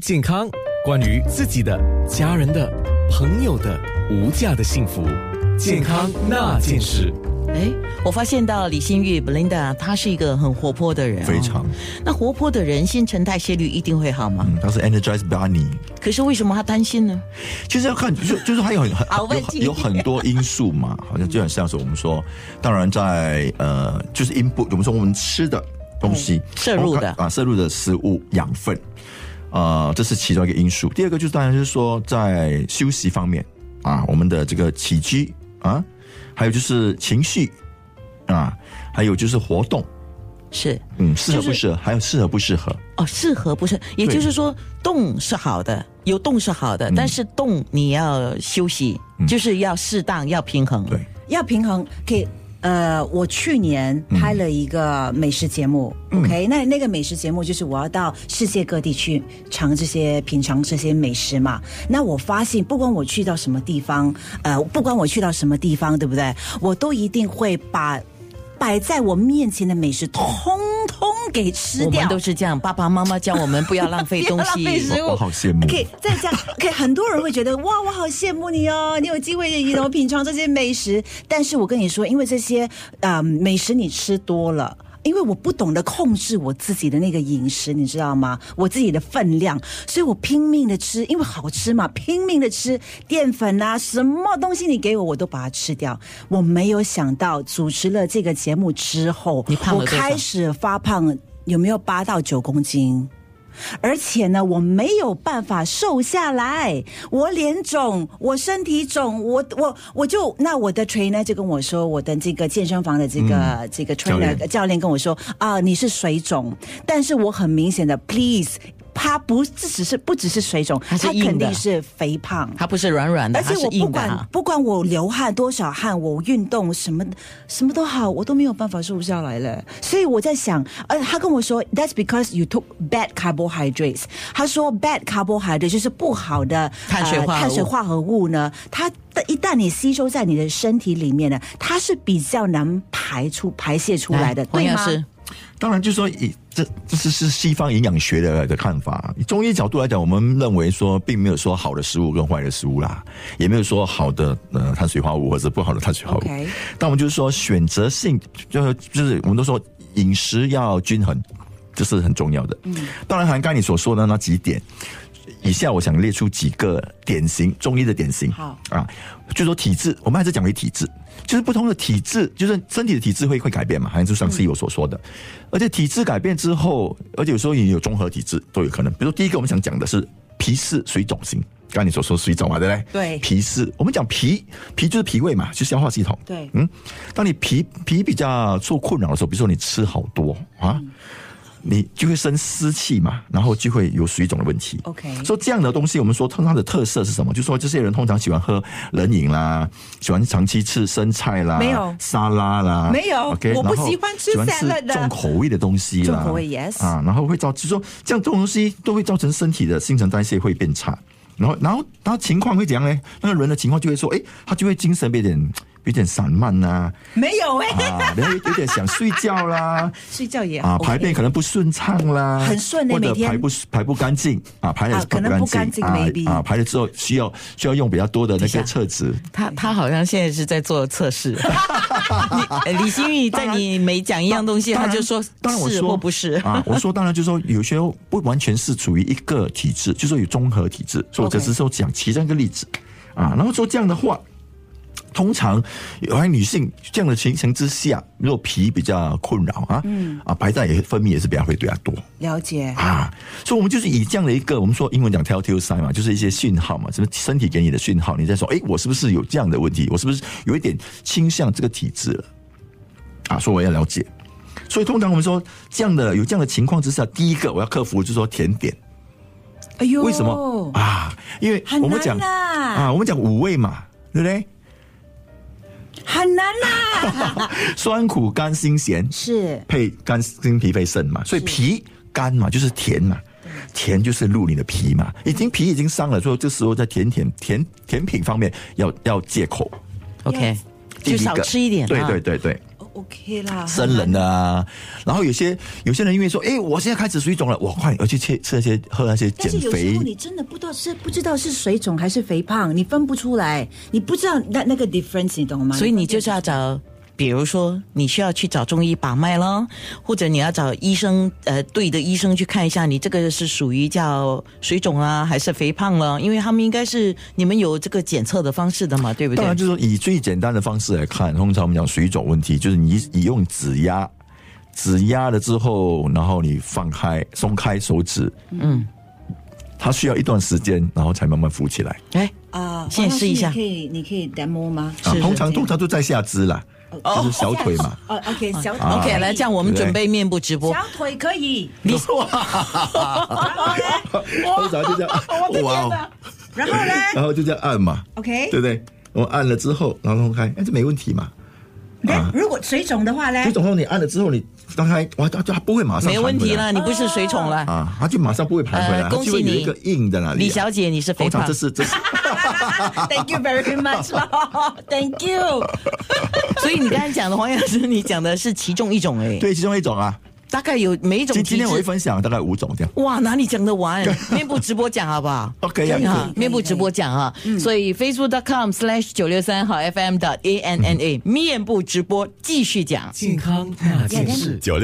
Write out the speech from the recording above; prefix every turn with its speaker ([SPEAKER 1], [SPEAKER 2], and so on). [SPEAKER 1] 健康，关于自己的、家人的、朋友的无价的幸福，健康那件事。
[SPEAKER 2] 哎，我发现到李新玉 Belinda，她是一个很活泼的人、哦
[SPEAKER 3] 非常。
[SPEAKER 2] 那活泼的人，新陈代谢率一定会好吗？
[SPEAKER 3] 嗯，他是 Energize Bunny，
[SPEAKER 2] 可是为什么她担心呢？
[SPEAKER 3] 其实要看，就就是还有 很很
[SPEAKER 2] 好
[SPEAKER 3] 有
[SPEAKER 2] 问题
[SPEAKER 3] 很有很多因素嘛， 好像就很像是我们说，当然在呃，就是 input，我们说我们吃的东西、
[SPEAKER 2] 嗯摄入的
[SPEAKER 3] 我看啊，摄入的食物养分，呃，这是其中一个因素。第二个就是当然就是说在休息方面啊，我们的这个起居啊，还有就是情绪啊，还有就是活动，
[SPEAKER 2] 是
[SPEAKER 3] 嗯，适合
[SPEAKER 2] 就是
[SPEAKER 3] 不适合，还有适合不适合，
[SPEAKER 2] 哦，适合不是，也
[SPEAKER 3] 对嗯
[SPEAKER 2] 就是说动是好的，有动是好的，但是动你要休息，就是要适当，要平衡。
[SPEAKER 3] 对。
[SPEAKER 4] 要平衡，可以。呃，我去年拍了一个美食节目、o
[SPEAKER 2] 嗯
[SPEAKER 4] k 那那个美食节目就是我要到世界各地去尝这些品尝这些美食嘛。那我发现，不管我去到什么地方，呃，不管我去到什么地方，对不对？我都一定会把摆在我面前的美食通通给吃
[SPEAKER 2] 我
[SPEAKER 4] 掉
[SPEAKER 2] 们。都是这样，爸爸妈妈教我们不要浪费东西。
[SPEAKER 4] 不要浪费食物
[SPEAKER 3] 我我好羡慕
[SPEAKER 4] 可以再这样，可以很多人会觉得哇，我好羡慕你哦，你有机会你能品尝这些美食。但是我跟你说，因为这些啊、呃美食你吃多了。因为我不懂得控制我自己的那个饮食，你知道吗？我自己的分量，所以我拼命的吃，因为好吃嘛，拼命的吃淀粉啊，什么东西你给我，我都把它吃掉。我没有想到主持了这个节目之后，
[SPEAKER 2] 你胖了
[SPEAKER 4] 我
[SPEAKER 2] 多少
[SPEAKER 4] 开始发胖，有没有八到九公斤？而且呢，我没有办法瘦下来，我脸肿，我身体肿，我我我就那我的 trainer 就跟我说，我的这个健身房的这个、
[SPEAKER 2] 嗯
[SPEAKER 4] 这个 trainer
[SPEAKER 3] 教练
[SPEAKER 4] 教练跟我说啊，你是水肿，但是我很明显的，please，他不只只是不只是水肿，
[SPEAKER 2] 它
[SPEAKER 4] 他
[SPEAKER 2] 是硬的
[SPEAKER 4] 肯定是肥胖。
[SPEAKER 2] 它不是软软的，
[SPEAKER 4] 而
[SPEAKER 2] 它
[SPEAKER 4] 且
[SPEAKER 2] 是
[SPEAKER 4] 我不
[SPEAKER 2] 硬的
[SPEAKER 4] 管、
[SPEAKER 2] 啊。
[SPEAKER 4] 不管我流汗多少汗，我运动什么什么都好，我都没有办法瘦下来了。所以我在想，呃，他跟我说，That's because you took bad carbohydrates。他说 bad carbohydrate 就是不好的呃
[SPEAKER 2] 碳水化合物
[SPEAKER 4] 碳水化合物呢，它的一旦你吸收在你的身体里面呢，它是比较难排出排泄出来的，
[SPEAKER 2] 黄
[SPEAKER 4] 对
[SPEAKER 2] 药
[SPEAKER 4] 吗？
[SPEAKER 2] 师，
[SPEAKER 3] 当然，就是说以这这是是西方营养学的的看法。以中医角度来讲，我们认为说，并没有说好的食物跟坏的食物啦，也没有说好的呃碳水化合物或者不好的碳水化合物。
[SPEAKER 4] OK
[SPEAKER 3] 但我们就是说选择性，就是就是我们都说饮食要均衡，这是很重要的。嗯，当然，涵盖你所说的那几点。以下我想列出几个典型中医的典型。
[SPEAKER 4] 好
[SPEAKER 3] 啊，就说体质，我们还是讲回体质，就是不同的体质，就是身体的体质会会改变嘛，好像就上
[SPEAKER 4] 嗯
[SPEAKER 3] 次有所说的。而且体质改变之后，而且有时候也有综合体质都有可能。比如说第一个我们想讲的是脾湿水肿型，刚才你所说水肿嘛，对不对？
[SPEAKER 4] 对
[SPEAKER 3] 脾湿，我们讲脾，脾就是脾胃嘛，就是消化系统。
[SPEAKER 4] 对
[SPEAKER 3] 嗯，当你脾脾比较受困扰的时候，比如说你吃好多啊。
[SPEAKER 4] 嗯
[SPEAKER 3] 你就会生湿气嘛，然后就会有水肿的问题。
[SPEAKER 4] OK
[SPEAKER 3] 所以这样的东西，我们说通常的特色是什么？就说这些人通常喜欢喝冷饮啦，喜欢长期吃生菜啦，
[SPEAKER 4] 没有
[SPEAKER 3] 沙拉啦，
[SPEAKER 4] 没有
[SPEAKER 3] OK，
[SPEAKER 4] 我不
[SPEAKER 3] 然后
[SPEAKER 4] 喜欢吃
[SPEAKER 3] 喜欢
[SPEAKER 4] salad 的
[SPEAKER 3] 重口味的东西啦，
[SPEAKER 4] 重口味，yes
[SPEAKER 3] 啊，然后会造，就说这样这种东西都会造成身体的新陈代谢会变差，然后然后然后情况会怎样呢？那个人的情况就会说，哎，他就会精神有点有点散漫呐、
[SPEAKER 4] 没有哎、
[SPEAKER 3] 啊， 然后有有点想睡觉啦，
[SPEAKER 4] 睡觉也
[SPEAKER 3] 啊，
[SPEAKER 4] OK
[SPEAKER 3] 排便可能不顺畅啦，
[SPEAKER 4] 很顺欸
[SPEAKER 3] 或者
[SPEAKER 4] 每天
[SPEAKER 3] 排不排不干净啊，排了
[SPEAKER 4] 啊可能不干净
[SPEAKER 3] 啊
[SPEAKER 4] maybe
[SPEAKER 3] 啊，排了之后需要需要用比较多的那
[SPEAKER 2] 等
[SPEAKER 3] 个
[SPEAKER 2] 一下
[SPEAKER 3] 厕纸。
[SPEAKER 2] 他他好像现在是在做测 试。你李新玉在你每讲一样东西，
[SPEAKER 3] 当
[SPEAKER 2] 他
[SPEAKER 3] 然
[SPEAKER 2] 就说
[SPEAKER 3] 当然我
[SPEAKER 2] 是
[SPEAKER 3] 说
[SPEAKER 2] 或不是。
[SPEAKER 3] 啊，我说当然就是说有些不完全是处于一个体质， 就是说有综合体质，所以我
[SPEAKER 4] OK
[SPEAKER 3] 只是说讲其中一个例子啊，然后说这样的话。通常，有些女性这样的情形之下，如果脾比较困扰啊，嗯啊，白带也分泌也是比较会比较多，
[SPEAKER 4] 了解。
[SPEAKER 3] 啊，所以我们就是以这样的一个，我们说英文讲 telltale sign 嘛，就是一些讯号嘛，什么身体给你的讯号，你在说，哎，我是不是有这样的问题？我是不是有一点倾向这个体质了？啊，所以我要了解。所以通常我们说这样的有这样的情况之下，第一个我要克服就是说甜点，
[SPEAKER 4] 哎呦，
[SPEAKER 3] 为什么、啊？因为
[SPEAKER 4] 很
[SPEAKER 3] 我们讲
[SPEAKER 4] 难呐
[SPEAKER 3] 啊，我们讲五味嘛，对不对？
[SPEAKER 4] 很难啦、
[SPEAKER 3] 酸苦甘辛咸
[SPEAKER 4] 是
[SPEAKER 3] 配肝、心、脾、肺、肾嘛，所以脾肝嘛就是甜嘛，甜就是入你的脾嘛，已经脾已经伤了，所以这时候在甜甜甜甜品方面要要戒口，
[SPEAKER 2] OK，
[SPEAKER 3] 第一
[SPEAKER 2] 就
[SPEAKER 3] 个
[SPEAKER 2] 少吃一点啊。
[SPEAKER 3] 对对对对，
[SPEAKER 4] OK 啦，
[SPEAKER 3] 生冷的啊。然后有些有些人因为说，哎，我现在开始水肿了，我快点要去吃吃那些喝那些
[SPEAKER 4] 但
[SPEAKER 3] 减
[SPEAKER 4] 是有时
[SPEAKER 3] 肥
[SPEAKER 4] 候你真的不知道是不知道是水肿还是肥胖，你分不出来，你不知道那那个 difference，你懂吗？
[SPEAKER 2] 所以你就是要找，比如说你需要去找中医把脉咯，或者你要找医生，呃，对的医生去看一下，你这个是属于叫水肿啊，还是肥胖了？因为他们应该是你们有这个检测的方式的嘛，对不对
[SPEAKER 3] 当？然，就是说以最简单的方式来看，通常我们讲水肿问题，就是你你用指压，指压了之后，然后你放开松开手指，嗯，它需要一段时间，然后才慢慢浮起来。
[SPEAKER 2] 哎，
[SPEAKER 4] 啊，
[SPEAKER 2] 先
[SPEAKER 4] 黄老师
[SPEAKER 2] 试一下
[SPEAKER 4] 你可以你可以 demo 吗？
[SPEAKER 3] 啊
[SPEAKER 2] 是，
[SPEAKER 3] 通常通常都在下肢啦，就是小腿 嘛。
[SPEAKER 4] 哦，OK，小腿
[SPEAKER 2] 啊 OK，来，这样我们
[SPEAKER 3] 对
[SPEAKER 2] 准备面部直播
[SPEAKER 4] 小。腿可以，
[SPEAKER 3] 你
[SPEAKER 4] 我
[SPEAKER 3] 通常就 这样，哇哦，啊
[SPEAKER 4] 然后呢
[SPEAKER 3] 然后就这样按嘛，
[SPEAKER 4] ？OK，
[SPEAKER 3] 对不对？我按了之后，然后松开，哎，这没问题嘛。
[SPEAKER 4] 那如果水肿的话呢
[SPEAKER 3] 所以？总后你按了之后，你张开，哇，它它不会马上
[SPEAKER 2] 哎没问题
[SPEAKER 3] 弹回
[SPEAKER 2] 了，
[SPEAKER 3] 来
[SPEAKER 2] 你不是水肿了。
[SPEAKER 3] 啊，它就马上不会弹回来，
[SPEAKER 2] 呃
[SPEAKER 3] 它
[SPEAKER 2] 恭
[SPEAKER 3] 就
[SPEAKER 2] 喜
[SPEAKER 3] 会有一
[SPEAKER 2] 你
[SPEAKER 3] 个硬的那里啊。
[SPEAKER 2] 李小姐，你是肥
[SPEAKER 3] 通常
[SPEAKER 2] 胖
[SPEAKER 3] 这，是这是
[SPEAKER 4] Thank you very much 咯 Thank you。
[SPEAKER 2] 所以你刚才讲的黄药师，你讲的是其中一种哎，
[SPEAKER 3] 对其中一种啊。
[SPEAKER 2] 大概有每一种
[SPEAKER 3] 今
[SPEAKER 2] 体
[SPEAKER 3] 今天我会
[SPEAKER 2] 质。
[SPEAKER 3] 分享大概五种这样。
[SPEAKER 2] 哇，哪里讲得 完？面部直播讲好不好
[SPEAKER 3] OK 嗯啊可以
[SPEAKER 2] 哈
[SPEAKER 4] 可以
[SPEAKER 2] 面部直播讲啊。所以 facebook.com/slash 九六三好
[SPEAKER 3] 嗯
[SPEAKER 2] FM 的 A N N A 面部直播继续讲。
[SPEAKER 1] 健康那件事九六。